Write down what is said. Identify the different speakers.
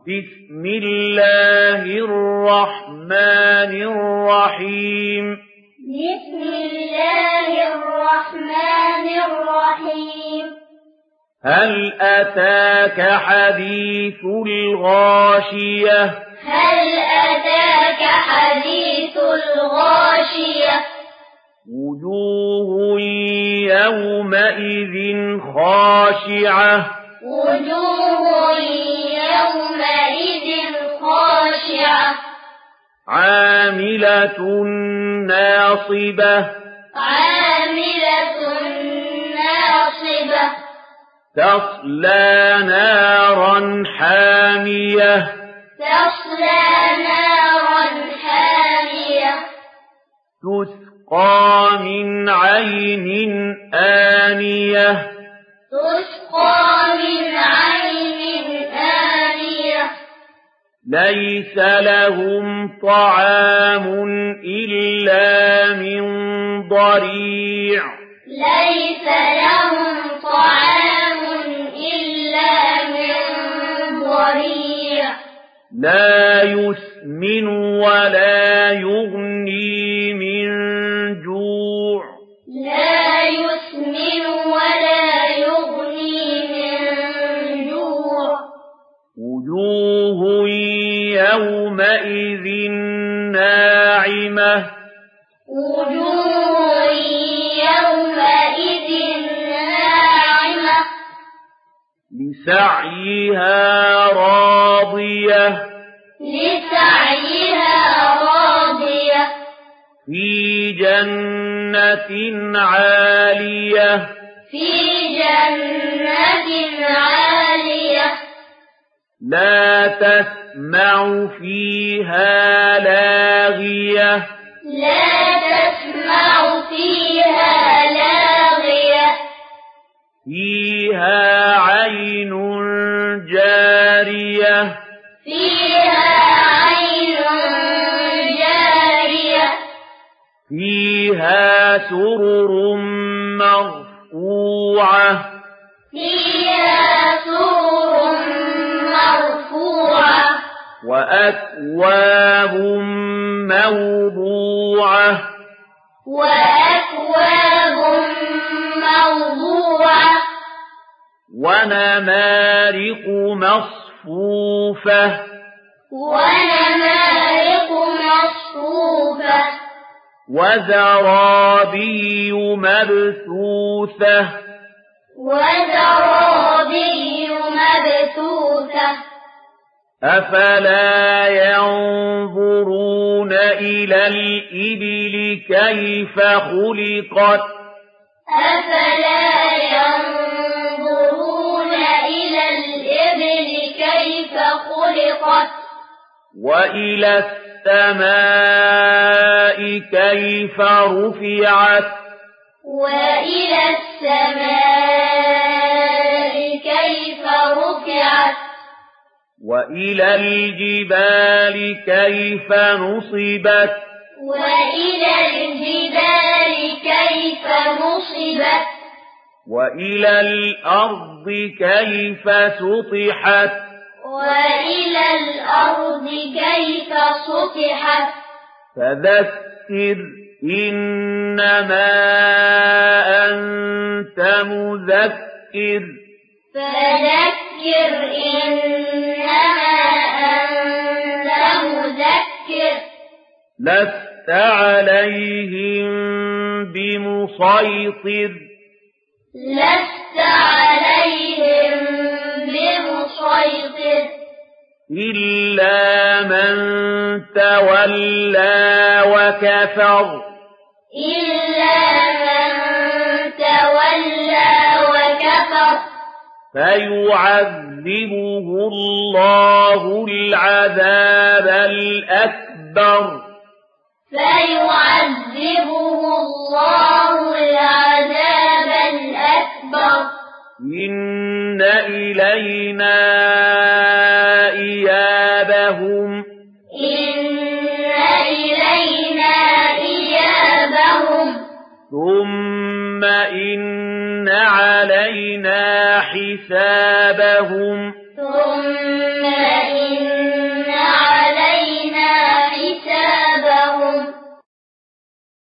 Speaker 1: بسم الله الرحمن الرحيم
Speaker 2: بسم الله الرحمن الرحيم
Speaker 1: هل أتاك حديث الغاشية
Speaker 2: هل أتاك حديث الغاشية
Speaker 1: وجوه يومئذ خاشعة
Speaker 2: وجوه يومئذ خاشعة
Speaker 1: عاملة ناصبة
Speaker 2: عاملة ناصبة
Speaker 1: تصلى نارا حامية
Speaker 2: تصلى نارا حامية
Speaker 1: تسقى من عين آنية
Speaker 2: تسقى من عين آنية
Speaker 1: ليس لهم طعام إلا من ضريع
Speaker 2: ليس لهم طعام إلا من ضريع
Speaker 1: لا يسمن ولا يغني من جوع
Speaker 2: لا يسمن ولا يغني من جوع
Speaker 1: وجوه يومئذ ناعمة
Speaker 2: وجوه يومئذ ناعمة
Speaker 1: لسعيها راضية
Speaker 2: لسعيها راضية
Speaker 1: في جنة عالية
Speaker 2: في جنة عالية
Speaker 1: لا تسمع فيها لاغية
Speaker 2: لا تسمع فيها لاغية
Speaker 1: فيها عين جارية
Speaker 2: فيها عين جارية
Speaker 1: فيها سرر مرفوعة
Speaker 2: فيها سور مرفوعة
Speaker 1: وأكواب موضوعة
Speaker 2: وأكواب موضوعة
Speaker 1: ونمارق مصفوفة
Speaker 2: ونمارق مصفوفة
Speaker 1: وزرابي مبثوثة
Speaker 2: وزرابي مبثوثة
Speaker 1: أفلا ينظرون إلى الإبل كيف خلقت
Speaker 2: أفلا ينظرون إلى الإبل كيف خلقت
Speaker 1: وإلى السماء كيف رفعت
Speaker 2: وإلى السماء كيف رفعت
Speaker 1: وإلى الجبال كيف نصبت
Speaker 2: وإلى الجبال كيف نصبت
Speaker 1: وإلى الأرض كيف سطحت
Speaker 2: وإلى الأرض كيف سطحت
Speaker 1: فذكر إنما أنت مذكر
Speaker 2: فذكر إنما أنت مذكر
Speaker 1: لست عليهم بمسيطر
Speaker 2: لست عليهم بمسيطر
Speaker 1: إلا من تولى وكفر
Speaker 2: إلا من تولى وكفر
Speaker 1: فيعذبه الله العذاب الأكبر
Speaker 2: فيعذبه الله العذاب الأكبر
Speaker 1: إن إلينا إيابهم
Speaker 2: إن إلينا إيابهم
Speaker 1: ثم إن علينا حسابهم